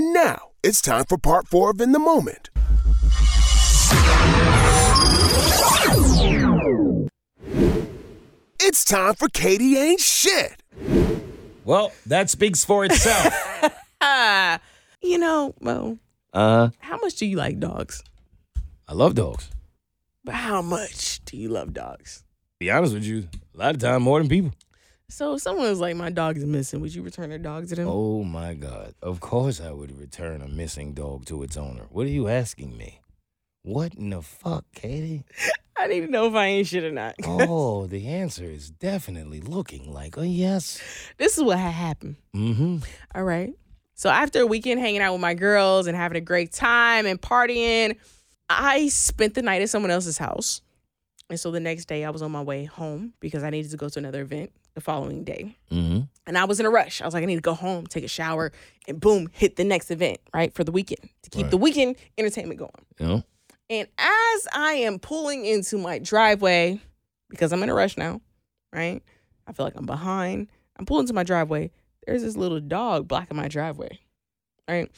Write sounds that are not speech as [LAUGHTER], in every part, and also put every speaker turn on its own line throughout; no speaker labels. Now, it's time for part four of In the Moment. It's time for Katie Ain't Shit.
Well, that speaks for itself.
Ah, you know, Mo,
uh,
how much do you like dogs?
[LAUGHS] I love dogs.
But how much do you love dogs?
Be honest with you, a lot of time more than people.
So if someone was like, my dog is missing, would you return their dog to them?
Oh my God. Of course I would return a missing dog to its owner. What are you asking me? What in the fuck, [LAUGHS] Katie?
I need to know if I ain't shit or not.
Oh, the answer is definitely looking like a yes.
this is what had happened.
Mm-hmm.
All right. So after a weekend hanging out with my girls and having a great time and partying, I spent the night at someone else's house. And so the next day I was on my way home because I needed to go to another event the following day.
Mm-hmm.
And I was in a rush. I was like, I need to go home, take a shower, and boom, hit the next event, right? For the weekend to keep
Right.
the weekend entertainment going.
You know?
And as I am pulling into my driveway, because I'm in a rush now, right? I feel like I'm behind. I'm pulling to my driveway. There's this little dog blocking my driveway, right?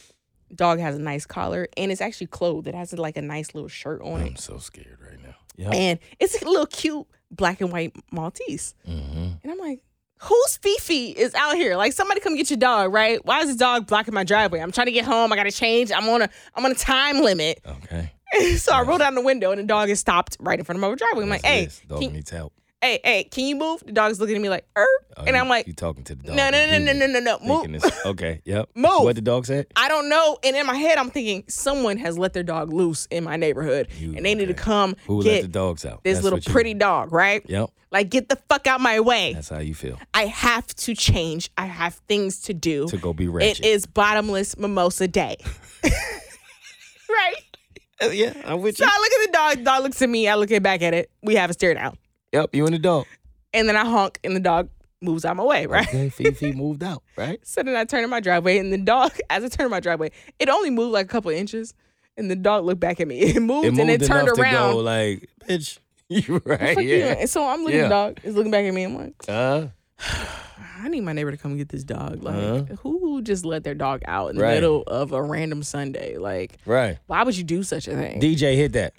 Dog has a nice collar and it's actually clothed. It has like a nice little shirt on
I'm
it.
so scared right now. Yeah.
And it's a little cute black and white Maltese.
Mm-hmm.
And I'm like, whose Fifi is out here? Like somebody come get your dog, right? Why is the dog blocking my driveway? I'm trying to get home. I gotta change. I'm on a I'm on a time limit. [LAUGHS]
Okay.
so I rolled down the window and the dog is stopped right in front of my driveway. I'm like,
That's
hey,
this. Dog
can,
needs help.
hey, hey, can you move? The dog's looking at me like, er.
Oh,
and
you-
I'm like,
you talking to the
no,
dog?
no,
and
no, no,
you
no, no, no,
thinking
move.
this- okay. [LAUGHS] Yep.
Move.
What the dog said?
I don't know. And in my head, I'm thinking someone has let their dog loose in my neighborhood,
You-
and they need to
okay.
come
Who let the
get
dogs out?
this
That's
little
what you-
pretty dog, right?
Yep.
Like, get the fuck out my way.
That's how you feel.
I have to change. I have things to do.
To go be
it
ratchet.
is bottomless mimosa
[LAUGHS]
day, right?
Uh, yeah, I'm with
So I look at the dog. Dog looks at me. I look it back at it. We have a stare down.
Yep, you and the dog.
and then I honk and the dog moves out my way, [LAUGHS] right?
Okay, Fifi moved out, right?
[LAUGHS] So then I turn in my driveway and the dog, [LAUGHS] as I turn in my driveway, it only moved like a couple of inches and the dog looked back at me. [LAUGHS] It moved, and it turned
enough
around.
to go like, bitch, you [LAUGHS] right
Fuck you.
here.
And so I'm looking at
Yeah.
the dog, it's looking back at me. I'm like,
Uh,
I need my neighbor to come get this dog. Like,
Uh-huh.
who just let their dog out in the
Right.
middle of a random Sunday? Like,
right.
why would you do such a thing?
DJ hit
[GASPS]
that.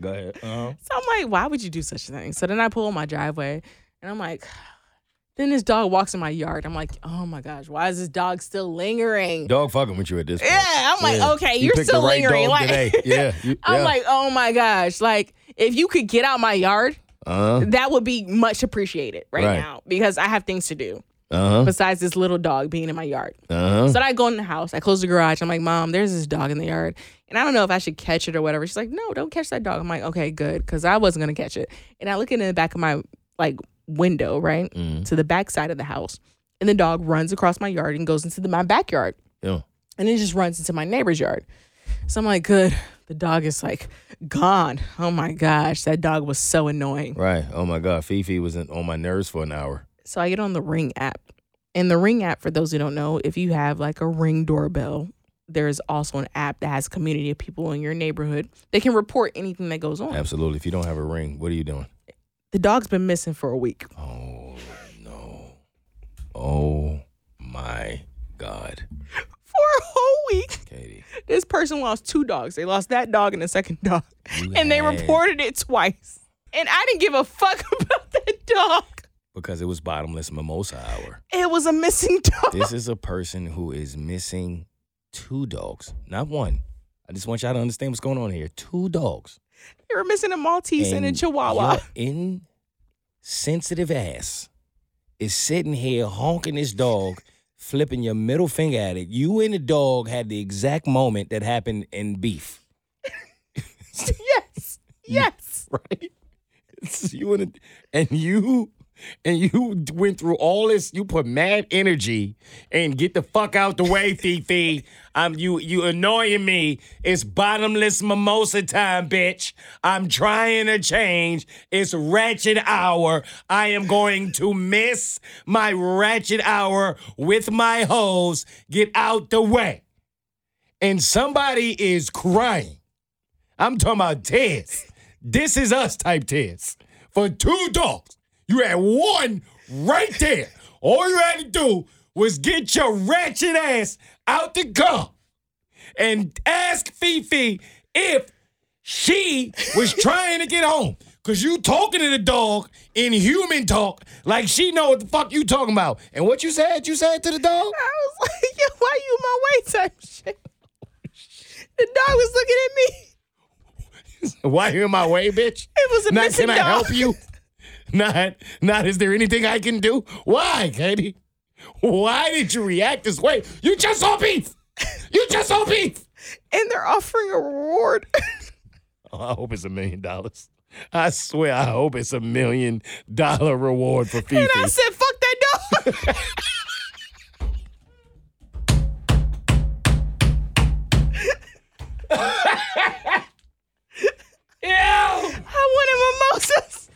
Go ahead. Uh-huh.
So I'm like, why would you do such a thing? So then I pull in my driveway and I'm like, [SIGHS] then this dog walks in my yard. I'm like, oh my gosh, why is this dog still lingering?
Dog fucking with you at this point.
Yeah, I'm like, okay,
You
you're
picked
still
the right
lingering,
Dog
like- [LAUGHS]
today. Yeah. you-
I'm
yeah.
like, oh my gosh, like if you could get out my yard,
uh-huh.
that would be much appreciated right,
Right.
now because I have things to do [LAUGHS]
Uh-huh.
besides this little dog being in my yard.
Uh-huh.
[LAUGHS] So then I go in the house, I close the garage. I'm like, Mom, there's this dog in the yard, and I don't know if I should catch it or whatever. She's like, No, don't catch that dog. I'm like, Okay, good, because I wasn't gonna catch it. And I look in the back of my like window, right,
Mhm.
to the back side of the house, and the dog runs across my yard and goes into the, my backyard
Yeah.
and it just runs into my neighbor's yard. So I'm like, good. The dog is like gone. Oh my gosh, that dog was so annoying.
Right. Oh my God. Fifi was in, on my nerves for an hour.
So I get on the Ring app. And the Ring app, for those who don't know, if you have like a Ring doorbell, there is also an app that has a community of people in your neighborhood that can report anything that goes on.
Absolutely. If you don't have a ring, what are you doing?
The dog's been missing for a week.
Oh no. Oh my God.
For a whole week,
Katie.
this person lost two dogs. They lost that dog and the second dog.
you
And they
had-
reported it twice. And I didn't give a fuck [LAUGHS] about that dog.
because it was bottomless mimosa hour.
It was a missing [LAUGHS] dog.
this is a person who is missing two dogs, not one. I just want y'all to understand what's going on here. Two dogs.
They were missing a Maltese and, a Chihuahua.
Your insensitive ass is sitting here honking this dog, flipping your middle finger at it. You and the dog had the exact moment that happened in beef.
[LAUGHS] yes, yes.
[LAUGHS] right? It's you and it- and you and you went through all this. You put mad energy and get the fuck out the way, Fifi. I'm you. You annoying me. It's bottomless mimosa time, bitch. I'm trying to change. It's ratchet hour. I am going to miss my ratchet hour with my hoes. Get out the way. And somebody is crying. I'm talking about tears. This is us type tears. For two dogs, you had one right there. All you had to do was get your ratchet ass out the car and ask Fifi if she was trying to get home. Cause you talking to the dog in human talk, like she know what the fuck you talking about. And what you said, you said to the dog?
I was like, [LAUGHS] yo, why you my way type shit? The dog was looking at me.
Why you in my way, bitch?
It was a
Not
missing
can I
dog.
help you?
[LAUGHS]
Not not is there anything I can do? Why, Katie? Why did you react this way? You just saw beef. You just saw beef.
And they're offering a reward. [LAUGHS]
Oh, I hope it's a million dollars. I swear, I hope it's a million dollar reward for Fifi.
And I said, fuck that dog.
[LAUGHS] Ew!
I wanted mimosas.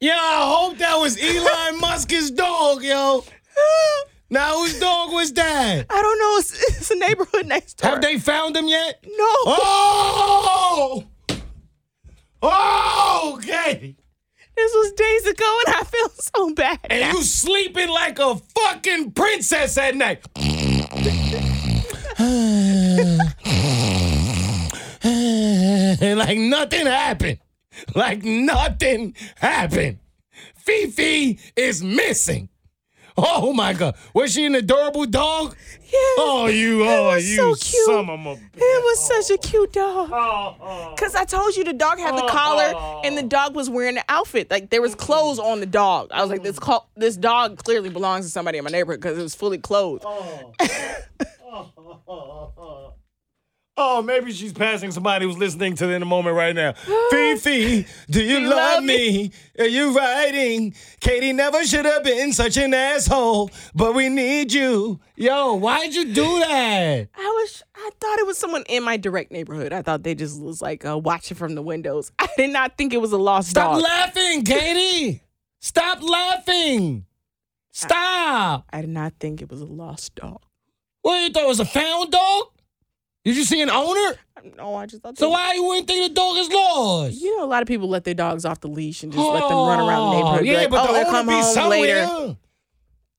Yo, I hope that was
[LAUGHS]
Elon Musk's dog, yo. Now whose dog was that?
I don't know. It's, it's a neighborhood next door.
Have they found him yet?
no.
Oh! Oh, okay.
This was days ago and I feel [LAUGHS] so bad.
And you sleeping like a fucking princess at night. [LAUGHS] and like nothing happened. Like nothing happened. Fifi is missing. Oh my god. Was she an adorable dog?
yeah.
Oh you oh
was
you
so cute.
some of my
It was such a cute
Oh.
dog. Cause I told you the dog had the collar and the dog was wearing an outfit. Like there was clothes on the dog. I was like, this co- this dog clearly belongs to somebody in my neighborhood because it was fully clothed.
Oh, maybe she's passing somebody who's listening to it in a moment right now. Fifi, do you love,
love
me? Are you writing? Katie never should have been such an asshole, but we need you. Yo, why'd you do that?
I was I thought it was someone in my direct neighborhood. I thought they just was like uh, watching from the windows. [LAUGHS] I did not think it was a lost
Stop
dog.
laughing, Katie. Stop laughing. Stop.
I did not think it was a lost dog.
What you thought it was a found dog? Did you see an owner?
No, I just thought.
So
they-
why you wouldn't think the dog is lost?
You know, a lot of people let their dogs off the leash and just let them run around the
Oh,
neighborhood.
Yeah,
like,
but
oh,
the
they'll
owner
come
be
home
somewhere.
later.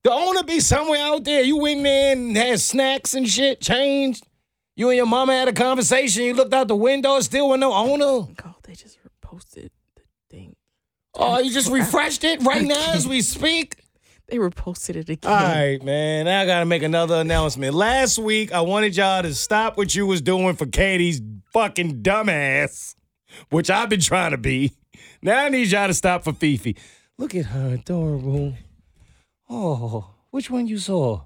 The owner be somewhere out there. You went in there and had snacks and shit, changed. You and your mama had a conversation. You looked out the window, still with no owner.
Oh, they just reposted the thing.
Oh, you just refreshed it right now as we speak.
They reposted it again.
All right, man. Now I gotta make another announcement. Last week, I wanted y'all to stop what you was doing for Katie's fucking dumbass, which I've been trying to be. Now I need y'all to stop for Fifi. Look at her, adorable. Oh, which one you saw?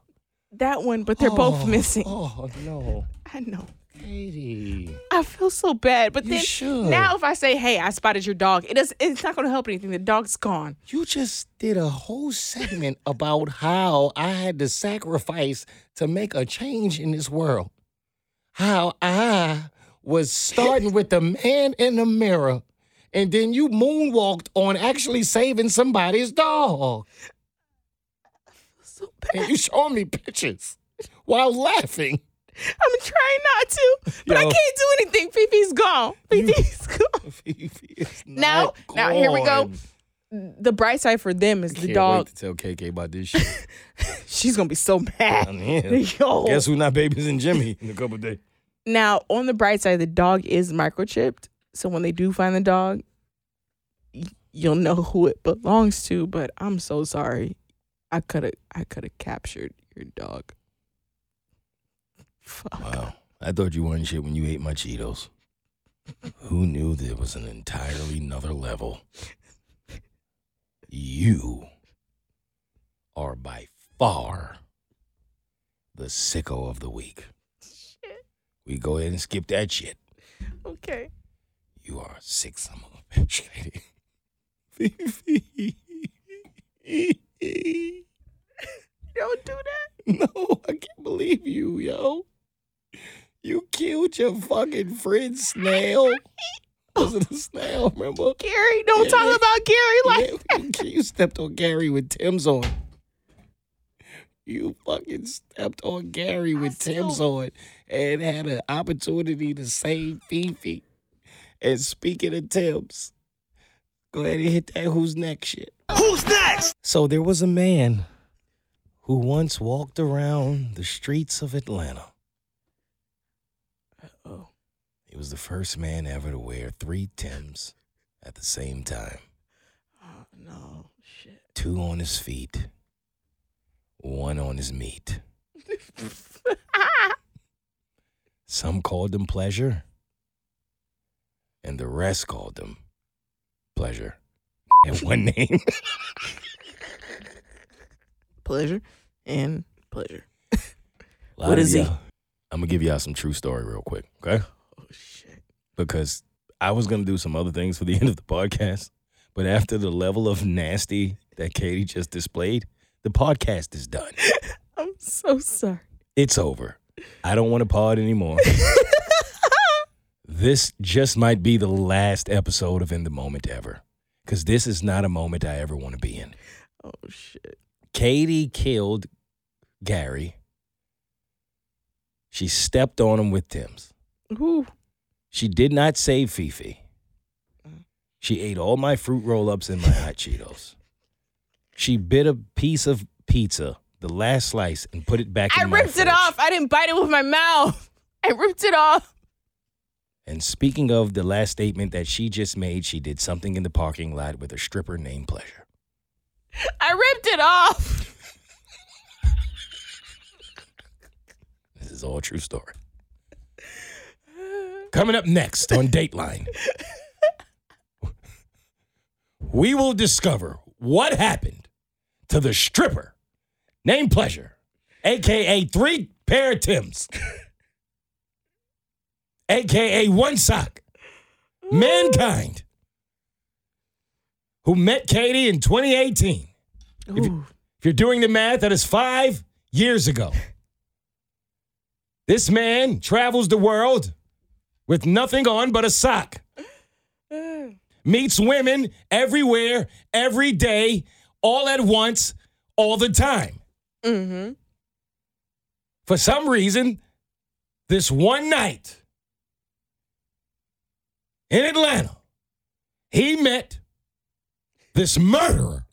That one, but they're both missing.
Oh no,
I know.
Katie.
I feel so bad. But
You
then
should.
now if I say, hey, I spotted your dog, it does it's not gonna help anything. The dog's gone.
You just did a whole segment about how I had to sacrifice to make a change in this world. How I was starting with the man in the mirror, and then you moonwalked on actually saving somebody's dog.
So bad.
And you showing me pictures while laughing. [LAUGHS]
I'm trying not to, but I
Yo.
can't do anything. Fifi's gone. Fifi's gone. Now- now here we go. The bright side for them is the dog.
tell KK about this shit.
She's gonna be so
[LAUGHS]
mad. [LAUGHS] Yo.
who not babies and Jimmy in a couple days.
Now, on the bright side, the dog is microchipped. So when they do find the dog, y- you'll know who it belongs to. But I'm so sorry. I could have I could have captured your dog. Fuck.
Wow. I thought you wanted shit when you ate my Cheetos. Who knew there was an entirely another level? You are by far the sicko of the week.
Shit.
We go ahead and skip that shit.
Okay.
You are sick son of a bitch, lady. [LAUGHS]
Don't do that.
No, I can't believe you, yo. You killed your fucking friend Snail. Was it a snail, remember?
Gary, don't talk about Gary like
Yeah, you- you stepped on Gary with Tim's on. You fucking stepped on Gary with Tim's on and had an opportunity to save Fifi. And speaking of Tim's, go ahead and hit that who's next shit. Who's next? So there was a man
who once walked around the streets of Atlanta.
Oh,
He was the first man ever to wear three Tims at the same time
oh [GASPS] no, shit.
two on his feet, one on his meat. Some called them pleasure, and the rest called them pleasure. [LAUGHS] And one [LAUGHS] name.
[LAUGHS] pleasure and pleasure.
Lot
What
of
is he?
y'all- I'm gonna give y'all some true story real quick, okay?
Oh shit.
Because I was gonna do some other things for the [LAUGHS] end of the podcast, but after the level of nasty that Katie just displayed, the podcast is done.
I'm so sorry.
It's over. I don't want to
[LAUGHS]
pod anymore. this just might be the last episode of In the Moment ever, because this is not a moment I ever want to be in.
Oh shit.
Katie killed Gary. She stepped on him with Tim's.
Ooh.
She did not save Fifi.
Mm.
She ate all my fruit roll ups and my hot Cheetos. She bit a piece of pizza, the last slice, and put it back
I
in my
ripped it
fridge.
off. I didn't bite it with my mouth. I ripped it off.
And speaking of the last statement that she just made, she did something in the parking lot with a stripper named Pleasure.
I ripped it off.
This is all true story. Coming up next on Dateline, we will discover what happened to the stripper named Pleasure, aka three pair of Tims, aka one sock, mankind, who met Katie in 2018.
Ooh.
If you're doing the math, that is five years ago. This man travels the world with nothing on but a sock, meets women everywhere, every day, all at once, all the time.
[SIGHS] Mm-hmm.
For some reason, this one night in Atlanta, he met this murderer,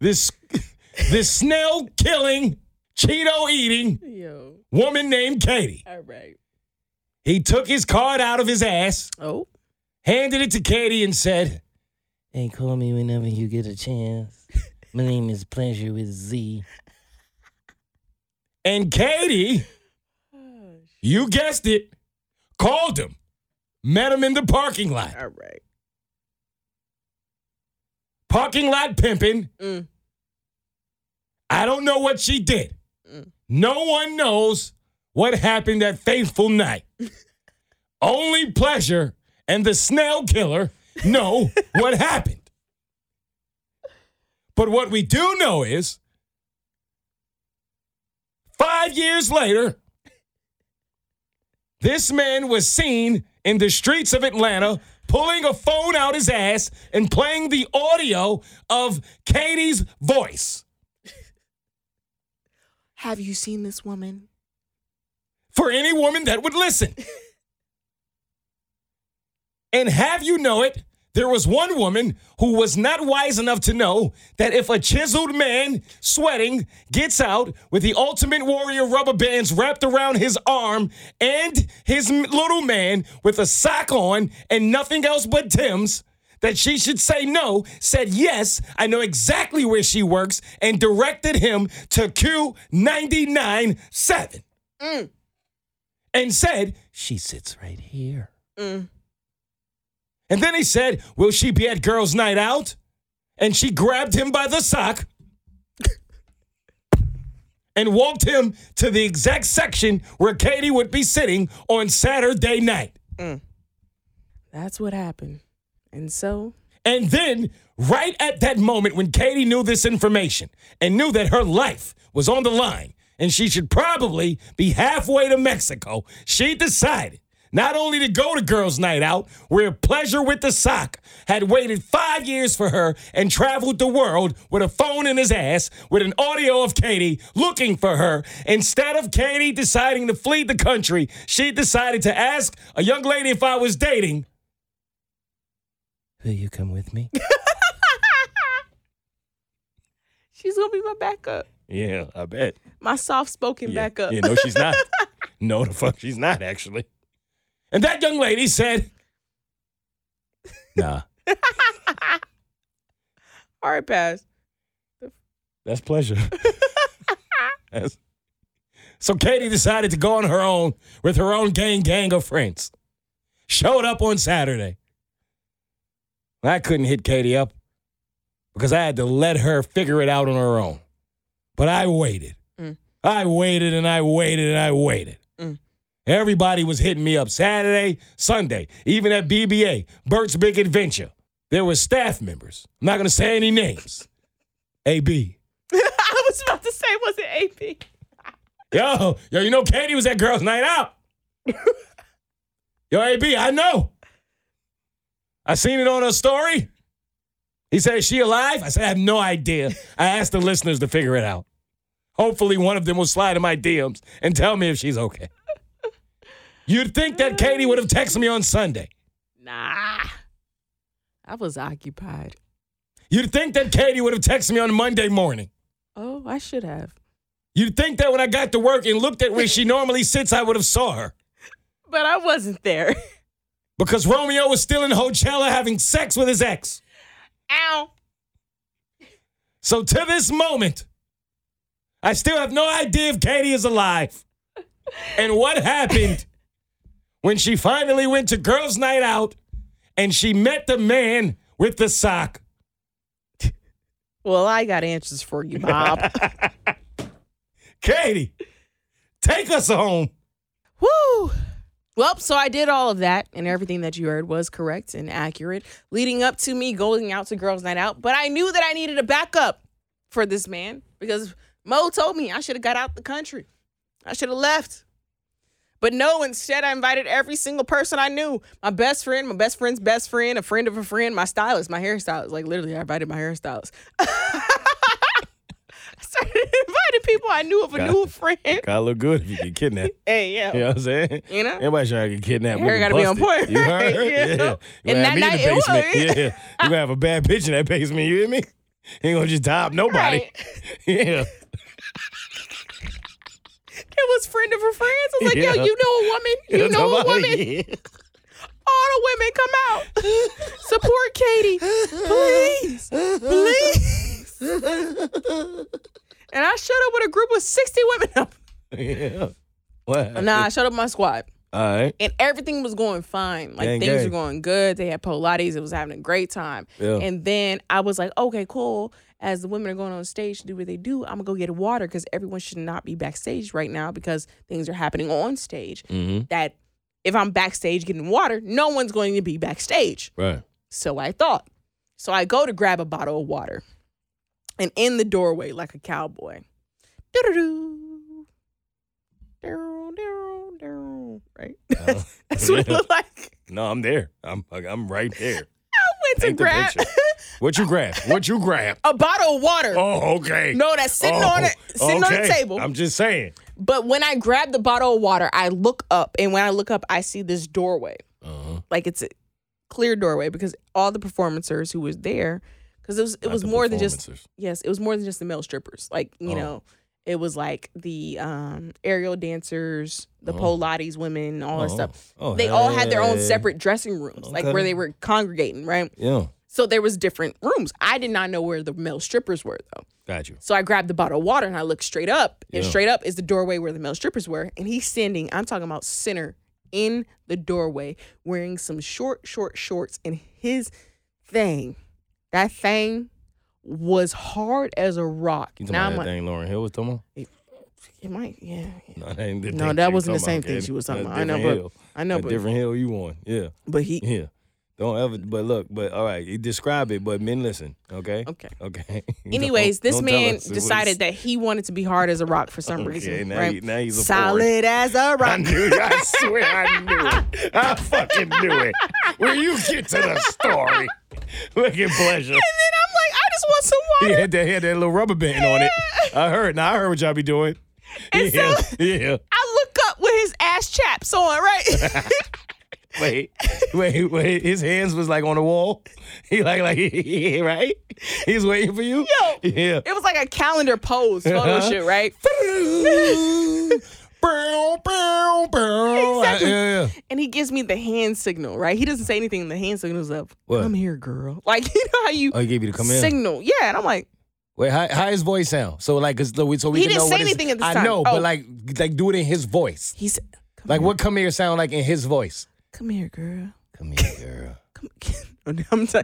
this [LAUGHS] this snail killing, Cheeto eating
Yo.
woman named Katie.
All right.
He took his card out of his ass,
Oh.
handed it to Katie, and said, Hey, call me whenever you get a chance. My name is Pleasure with Z. And Katie. You guessed it. Called him. Met him in the parking lot.
All right.
Parking lot pimping.
Mm.
I don't know what she did.
Mm.
No one knows what happened that fateful night. Only pleasure and the snail killer know what happened. But what we do know is five years later, this man was seen in the streets of Atlanta pulling a phone out his ass and playing the audio of Katie's voice.
Have you seen this woman?
for any woman that would listen. and have you know it, there was one woman who was not wise enough to know that if a chiseled man sweating gets out with the ultimate warrior rubber bands wrapped around his arm and his m- little man with a sock on and nothing else but Tim's. That she should say no, said yes, I know exactly where she works, and directed him to Q99 7 and said, She sits right here.
Mm.
And then he said, Will she be at girls' night out? And she grabbed him by the sock and walked him to the exact section where Katie would be sitting on Saturday night.
That's what happened. And so,
And then, right at that moment when Katie knew this information and knew that her life was on the line and she should probably be halfway to Mexico, she decided not only to go to Girls' Night Out, where Pleasure with the Sock had waited five years for her and traveled the world with a phone in his ass with an audio of Katie looking for her. Instead of Katie deciding to flee the country, she decided to ask a young lady if I was dating. Will you come with me?
she's going to be my backup.
[LAUGHS] Yeah, I bet.
My soft spoken
yeah.
back up.
Yeah, no,
[LAUGHS]
she's not. no, the fuck, she's not actually. And that young
[LAUGHS]
lady said, "Nah,
[LAUGHS] All right, pass.
that's pleasure." [LAUGHS] That's- So Katie decided to go on her own with her own gang gang of friends. Showed up on Saturday. I couldn't hit Katie up because I had to let her figure it out on her own. But I waited.
Mm.
I waited and I waited and I waited.
Mm.
Everybody was hitting me up Saturday, Sunday, even at BBA, Bert's Big Adventure. There were staff members. I'm not going to say any names. AB.
I was about to say, was it AP?
Yo, yo, you know Katie was at girls' night out. yo, AB, I know. I seen it on her story. He said, "Is she alive?" I said, "I have no idea." I asked the listeners to figure it out. Hopefully, one of them will slide in my DMs and tell me if she's okay. You'd think that Katie would have texted me on Sunday.
Nah. I was occupied.
You'd think that Katie would have texted me on Monday morning.
Oh, I should have.
You'd think that when I got to work and looked at where she normally sits, I would have saw her.
But I wasn't there.
because Romeo was still in Coachella having sex with his ex.
Ow.
So to this moment, I still have no idea if Katie is alive and what happened when she finally went to girls' night out and she met the man with the sock.
Well, I got answers for you, [LAUGHS] Bob.
Katie, take us home.
Woo! Well, so I did all of that, and everything that you heard was correct and accurate, leading up to me going out to Girls Night Out. But I knew that I needed a backup for this man because Mo told me I should have got out the country. I should have left. But no, instead, I invited every single person I knew my best friend, my best friend's best friend, a friend of a friend, my stylist, my hairstylist. Like, literally, I invited my hairstylist. [LAUGHS] I started [LAUGHS] inviting people I knew of a
God.
new friend.
Gotta look good if you get kidnapped.
Hey, yeah.
what I'm saying?
[LAUGHS] You know?
Everybody trying to get kidnapped.
Your hair
we can
gotta be on
bust it.
point,
You heard?
right? [LAUGHS]
Yeah.
Yeah.
You gonna
And
have
that
me in
night
the
it was.
basement. Yeah. You gonna have a bad bitch in that basement. You hear me? Ain't gonna just top nobody. [LAUGHS]
Right.
Yeah.
It was friend of her friends. I was like,
Yeah.
yo, you know a woman. [LAUGHS] You know a woman.
Yeah.
All the women come [LAUGHS] out. Support Katie. Please. Please. [LAUGHS] and I showed up with a group of 60 women. [LAUGHS]
[LAUGHS] Yeah. What?
nah, I showed up with my squad.
All right.
And everything was going fine. Like
Gang,
things
gang.
were going good. They had Pilates. It was having a great time.
Yeah.
And then I was like, okay, cool. As the women are going on stage to do what they do, I'm gonna go get water because everyone should not be backstage right now because things are happening on stage.
Mm-hmm.
that if I'm backstage getting water, no one's going to be backstage.
Right.
So I thought. So I go to grab a bottle of water and in the doorway, like a cowboy, doo-doo-doo, doo, doo, doo, right?
Uh,
[LAUGHS] That's what it
yeah.
looked like.
No, I'm there. I'm I'm right there.
I went [LAUGHS]
Paint
to
the
grab
picture. What you grab? What you
[LAUGHS]
grab?
a bottle of water.
Oh, okay.
No, that's sitting
Oh,
on it, sitting on the
okay.
table.
I'm just saying.
But when I grab the bottle of water, I look up, and when I look up, I see this doorway.
Uh-huh.
like it's a clear doorway because all the performers who was there because it was it
Not
was
the
more than just
performances.
yes it was more than just the male strippers like you
Oh.
know it was like the um aerial dancers the
Oh.
pilates women all that
Oh,
stuff
oh,
they all had their own
hey.
separate dressing rooms like
Okay.
where they were congregating right
Yeah.
so there was different rooms i did not know where the male strippers were though
Got you.
so I grabbed the bottle of water and I looked straight up, and
Yeah.
straight up is the doorway where the male strippers were. And he's standing, I'm talking about center in the doorway, wearing some short, short shorts. And his thing, that thing was hard as a rock.
You talking
Now
about
I'm
that
like,
thing Lauren Hill was talking about?
it might, yeah. yeah.
No, [LAUGHS] that, ain't the
No,
thing
that
she
wasn't the same
talking about,
thing
Katie.
she was talking
That's
about. I know,
different
but-
hill.
I know,
That
but,
different hill you on. Yeah.
but
[LAUGHS]
he,
Yeah. Don't ever, but look, but all right, you describe it, but men listen, okay?
okay.
Okay. [LAUGHS]
Anyways,
Don't-
this
don't tell
man
us it was-
decided that he wanted to be hard as a rock for some
Okay,
reason.
now,
right?
he- now he's a forward.
Solid as a
[LAUGHS] I [LAUGHS]
rock.
knew it. I swear I knew it. I fucking knew it. When you get to the story, look at pleasure.
And then I'm like, I just want some
He [LAUGHS]
water.
had that, he had that little rubber band on it. I heard. Now I heard what y'all be doing.
And
yeah,
so-
yeah.
I look up with his ass chaps on, right? [LAUGHS]
[LAUGHS] wait, wait, wait. His hands was like on the wall. [LAUGHS] He like like right. He's waiting for you.
Yo. [LAUGHS]
Yeah. [LAUGHS]
It was like a calendar pose photo
Uh-huh.
shoot, right?
bow, bow, bow.
Exactly.
Yeah, yeah.
And he gives me the hand signal, right? He doesn't say anything. The hand signal is up.
What?
Come here, girl. Like [LAUGHS] you know how you
Oh, he gave you to come in.
signal, yeah. And I'm like,
Wait, how, how his voice sound? So like, 'cause- so we, so we
He
can
didn't
know
say
what his-
anything at this
I
time.
know,
Oh.
but like, like do it in his voice.
he said, come
Like
here.
what come here sound like in his voice?
Come here, girl.
Come here, girl.
Come. [LAUGHS] I'm t-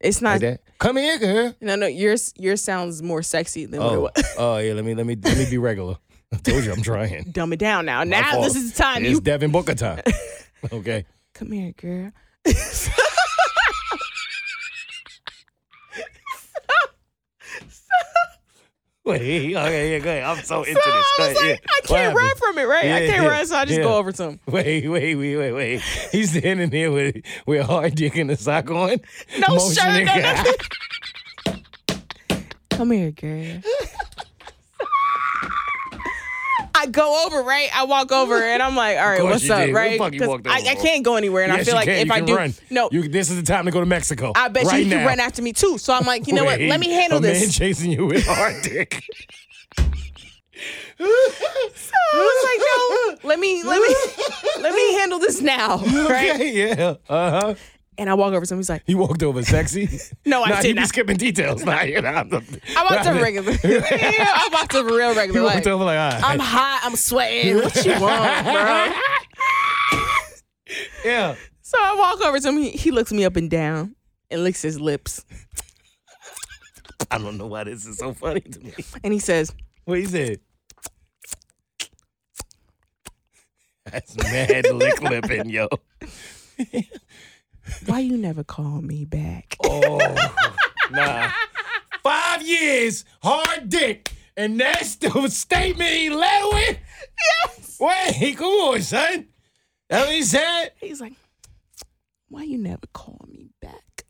it's
Like
not.
that. Come here, girl.
No, no. Yours, yours sounds more sexy than
Oh,
what it was.
oh yeah. Let me let me let me be regular. [LAUGHS] I told you I'm trying.
Dumb it down now.
My
now
fault.
this is the time
It's
you
Devin
[LAUGHS]
Booker time. Okay.
come here, girl. [LAUGHS]
Wait. Okay. Yeah. Go ahead. I'm so,
So
into
I
this. Go
was
ahead,
like,
yeah.
I
What
can't
happened?
run from it, right? I
Yeah,
can't
yeah,
run, so I just
yeah.
go over to him.
Wait, wait, wait, wait, wait. He's standing there with with a hard dick and a sock on.
No shirt, [LAUGHS]
motioning.
no nothing. Come here, girl. I go over, right? I walk over and I'm like, all right,
course
what's
you
up,
did. What the
right?
fuck you
'Cause
walked
I,
over
I
for?
can't go anywhere. And I
Yes,
feel
you
like
can.
if
You
I
can
do,
run.
no,
You- this is the time to go to Mexico.
I bet
right
you he
now.
can run after me too. So I'm like, you know what?
Wait,
Let me handle
a
[LAUGHS]
Man
this.
chasing you with a hard dick.
[LAUGHS] I was like, no, let me, let
[LAUGHS]
me, let me handle this now, right?
Okay, yeah. Uh huh.
And I walk over to him. He's like,
He walked over sexy.
No, I
nah,
did
he Be
not.
skipping details. Nah, you know, I'm,
I walked over regular. [LAUGHS] Yeah, I walked over real
He
regular.
walked
Like,
over like, all right.
I'm hot. I'm sweating. What you want,
[LAUGHS]
bro?
yeah.
So I walk over to him. He, he looks me up and down and licks his lips.
I don't know why this is so funny to me.
And he says,
What he said? That's mad lick lipping, yo.
Why you never call me back?
Oh, nah. Five years, hard dick, and that's the statement he led with? Yes. Wait, come on, son. That what he said?
He's like, Why you never call me back?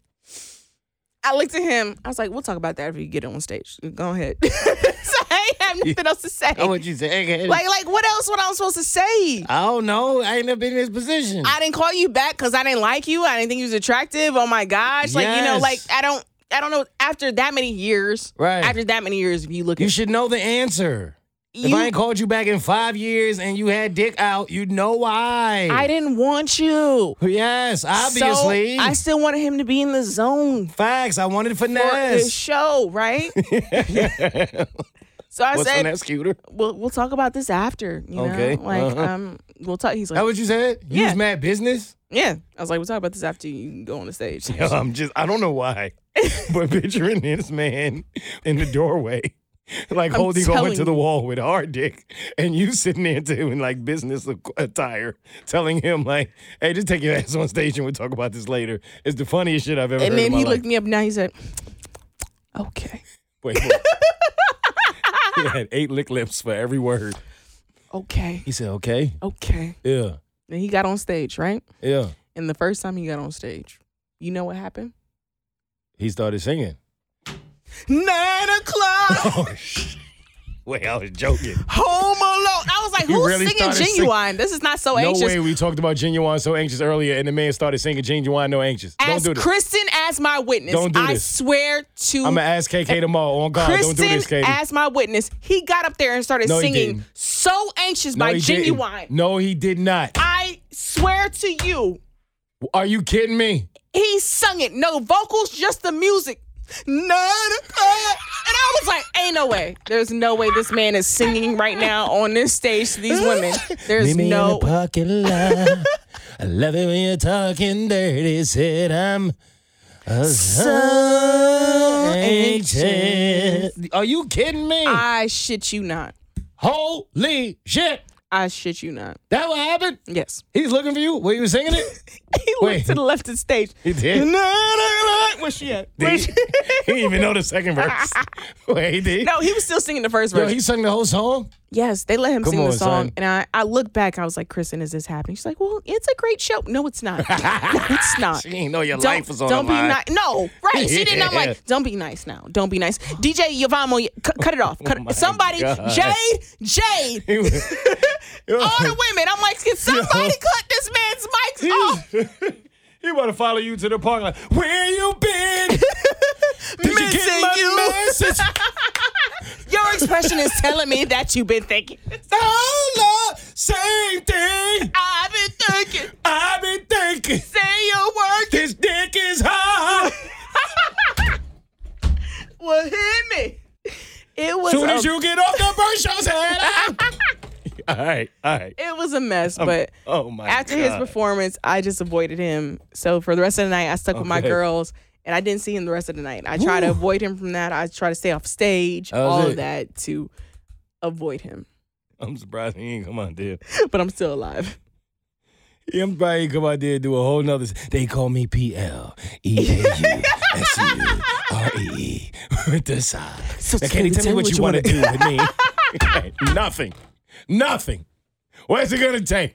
I looked at him. I was like, We'll talk about that if you get on stage. Go ahead. [LAUGHS] so I ain't have nothing else to say.
want you to say.
Like, like what else would I was supposed to say?
I don't know. I ain't never been in this position.
I didn't call you back because I didn't like you. I didn't think you was attractive. Oh my gosh. Like, you know,
Yes.
like I don't I don't know. After that many years.
Right.
After that many years, if you look
you
at
should know the answer. if
you-
I ain't called you back in five years and you had dick out, you'd know why.
I didn't want you.
Yes, obviously.
So I still wanted him to be in the zone
Facts. I wanted
for his
finesse.
show,
[LAUGHS]
right? so I said,
cuter?
we'll, we'll talk about this after, you
Okay,
know? Like,
uh-huh. Oh,
um, we'll talk. He's like,
That what you said? You
Yeah.
was mad business?
yeah. I was like, we'll talk about this after you go on the
[LAUGHS]
stage.
Yo, [LAUGHS] I'm just, I don't know why,
[LAUGHS]
but picturing this man in the doorway, like
I'm
holding on
telling
to the
you.
wall with a hard dick, and you sitting there too in like business ac- attire, telling him like, "Hey, just take your ass on stage and we'll talk about this later." It's the funniest shit I've ever
and
heard. in
then
my
he
life.
looked me up now. He said, okay.
Wait, hold
[LAUGHS]
on. he had eight lick lips for every word.
Okay.
He said, "Okay,
Okay.
yeah,
Then he got on stage, right?
yeah."
And the first time he got on stage, you know what happened?
He started singing.
Nine o'clock,
[LAUGHS] Oh shit! Wait, I was joking.
[LAUGHS] home alone. I was like,
He
who's
really
singing
started sing-
Genuine? this is not so
No
anxious.
way we talked about Genuine so anxious earlier, and the man started singing Genuine no anxious.
As
don't do this.
Kristen as my witness.
Don't do
I
this.
swear to
I'm gonna ask KK tomorrow. On God,
Kristen
don't do this, Katie.
as my witness. He got up there and started
No, he
singing
didn't.
So Anxious
no,
by
he didn't.
Genuine.
No, he did not.
I swear to you,
Are you kidding me?
he sung it. No vocals, just the music. None of that. And I was like, ain't no way. There's no way this man is singing right now on this stage to these
[LAUGHS]
women. There's
Meet me in
no
the parking lot. I love it when you're talking dirty. Said I'm so anxious. Are you kidding me?
I shit you not.
Holy shit!
I shit you not.
That what happened?
Yes.
He's looking for you. Were you singing it?
[LAUGHS] He
Wait.
looked to the left of the stage.
He did.
Where's she at?
Did
Where's
he,
she- [LAUGHS]
he didn't even know the second verse. [LAUGHS] Wait, he did.
No, he was still singing the first
Yo,
verse.
he sung the whole song.
Yes, they let him
Come
sing
on,
the song.
son.
And I, I looked back, I was like, Kristen, is this happening? She's like, Well, it's a great show. No, it's
[LAUGHS]
not. no, it's not.
She ain't know your
Don't-
life was on
don't
the
be
line.
nice. No, right? She did not
Yeah. [LAUGHS]
like. Don't be nice now. Don't be nice. DJ Yavamo, y- cut, cut it off. Cut,
Oh my
somebody,
God.
Jade, Jade,
[LAUGHS] He was-
all the women. I'm like, can somebody cut this man's mics off?
[LAUGHS] he want to follow you to the park. Like, where you [LAUGHS] been? Did you get
Missing
my
you.
message? [LAUGHS]
Your expression is telling me that you've been thinking.
Oh, Lord, same thing.
I've been thinking.
I've been thinking.
Say your word
This dick is hard.
will hit me. It was.
Soon
a-
as you get off the first show's head. [LAUGHS] all right, all right.
it was a mess, but
Oh my
after
God.
his performance, I just avoided him. So for the rest of the night, I stuck with my
Okay.
girls, and I didn't see him the rest of the night. I try to
Whew.
avoid him from that. I try to stay off stage,
That was
all
it.
of that to avoid him. [LAUGHS]
I'm surprised he ain't come out there.
But I'm still alive. [LAUGHS]
Yeah, I'm surprised he ain't come out there and do a whole nother. s- They call me P L E A
[LAUGHS]
U S U R E E [LAUGHS] with the side.
So
Now, Katie,
tell
tell me what you want to
wanna
do with
[LAUGHS]
me. [LAUGHS] Nothing. Nothing. What's it going to take?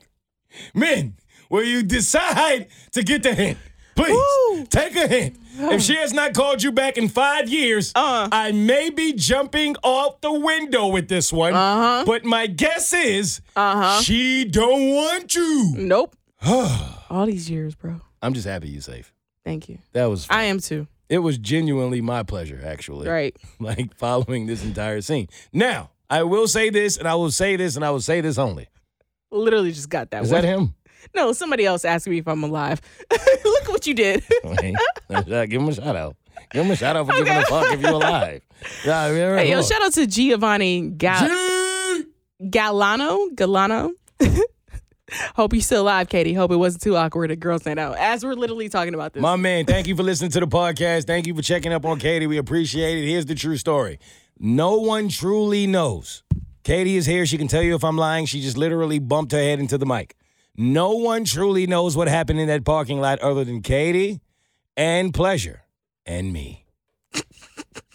Men, will you decide to get the hint? Please,
Woo.
take a hint. If she has not called you back in five years,
Uh.
I may be jumping off the window with this one.
Uh-huh.
But my guess is
Uh-huh.
she don't want you. [SIGHS]
Nope. all these years, bro.
I'm just happy you're safe.
Thank you.
That was
I am too.
it was genuinely my pleasure, actually.
Right.
[LAUGHS] Like following this entire scene. Now, I will say this, and I will say this, and I will say this only.
Literally just got that
Is
one.
that him?
no, somebody else asked me if I'm alive. [LAUGHS] Look what you did. [LAUGHS]
Okay. [LAUGHS] Give him a shout out. Give him a shout out for giving a fuck if
[LAUGHS]
you're alive. Yeah, I mean,
Hey, yo,
look.
shout out to Giovanni Gal-
Gee!
Galano. Galano. [LAUGHS] Hope you're still alive, Katie. Hope it wasn't too awkward at Girls Night Out. As we're literally talking about this.
My man, thank you for listening to the podcast. Thank you for checking up on Katie. We appreciate it. Here's the true story. No one truly knows. Katie is here. She can tell you if I'm lying. She just literally bumped her head into the mic. No one truly knows what happened in that parking lot other than Katie and Pleasure and
[LAUGHS]
me.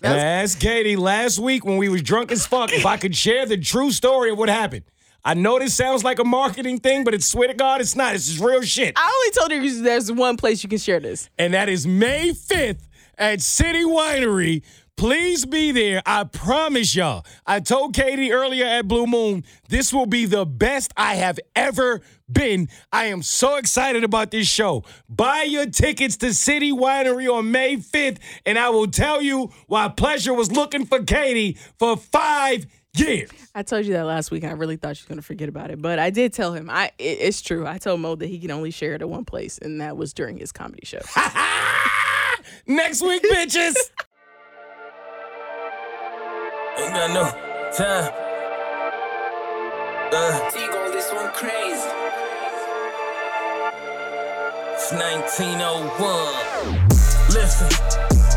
And I asked Katie last week when we was drunk as fuck if I could share the true story of what happened. I know this sounds like a marketing thing, but it's swear to God, it's not. It's just real shit
I only told you there's one place you can share this.
and that is May 5th at City Winery. Please be there. I promise y'all. I told Katie earlier at Blue Moon, this will be the best I have ever been. I am so excited about this show. Buy your tickets to City Winery on May 5th, and I will tell you why Pleasure was looking for Katie for five years. [LAUGHS]
I told you that last week, and I really thought she was going to forget about it. But I did tell him. I it, It's true. I told Mo that he can only share it at one place, and that was during his comedy show.
Next week, bitches.
Ain't got no time. Uh, Tigo, this one crazy. It's 1901. Listen,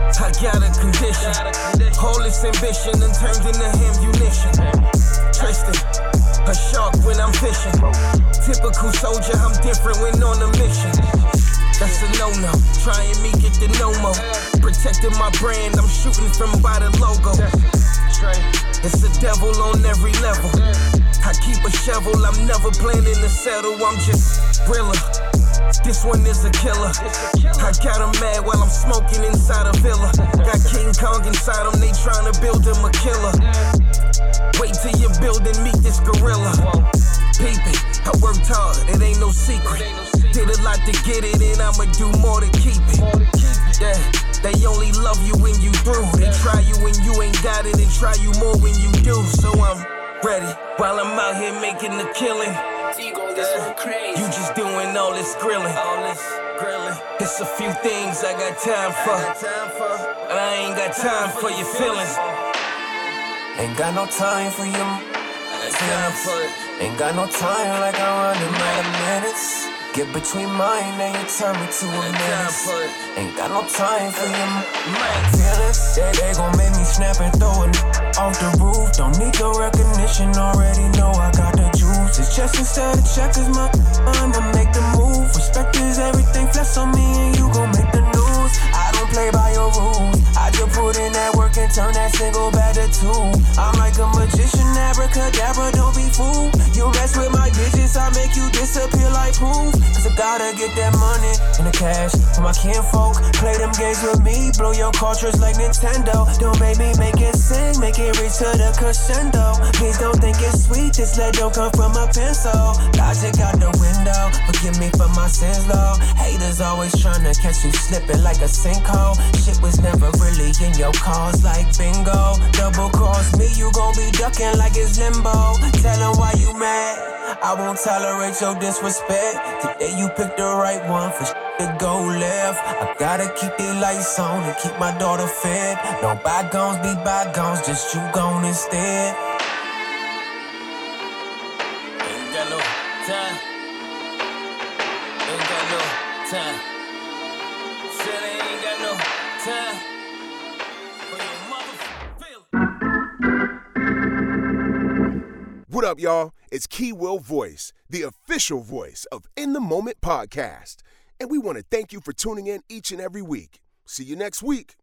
I got a condition. Hold this ambition and turns into ammunition. Tristan, a shark when I'm fishing. Typical soldier, I'm different when on a mission. That's a no-no. Trying me get the no-mo. Protecting my brand, I'm shooting from by the logo. It's the devil on every level. I keep a shovel, I'm never planning to settle. I'm just realer. This one is a killer. I got 'em mad while I'm smoking inside a villa. Got King Kong inside 'em, they tryna build him a killer. Wait till you build and meet this gorilla. Peep it, I worked hard, it ain't no secret. Did a lot to get it, and I'ma do more to keep it. Yeah, they only love you when you through. They try you when you ain't got it, and try you more when you do. So I'm ready while I'm out here making the killing. Yeah. Uh, You just doing all this grilling. All this grilling. It's a few things I got time for. And I ain't got time for your feelings. Ain't got no time for you. Time for it. Ain't got no time like I run in out of minutes. Get between mine and you turn me to a menace. Ain't got no time for you. Feelings, they, they gon' make me snap and throw it off the roof. Don't need your recognition, already know I got the juice. It's just instead of checkers, my under make the move. Respect is everything, flex on me and you gon' make the news. I don't play by your rules. I just put in that work and turn that single back to two. I'm like a magician, abracadabra. abracadabra, don't be fooled. You mess with my digits, I make you disappear like proof. Cause I gotta get that money and the cash for my kinfolk. Play them games with me, blow your cartridge like Nintendo. Don't make me make it sing, make it reach to the crescendo. Please don't think it's sweet, this don't come from a pencil. Logic out the window, forgive me for my sins, Lord. Haters always trying to catch you slipping like a sinkhole. Shit was never really in your cause like bingo. Double cross me, you gon' be ducking like it's limbo. Tell 'em why you mad. I won't tolerate your disrespect. Today you picked the right one for to go left. I gotta keep the lights on and keep my daughter fed. No bygones be bygones, just you gone instead. Ain't got no time. Ain't got no time. Said I ain't got no time. For your motherfucking feelings.
What up, y'all? It's Key Will Voice, the official voice of In the Moment podcast. And we want to thank you for tuning in each and every week. See you next week.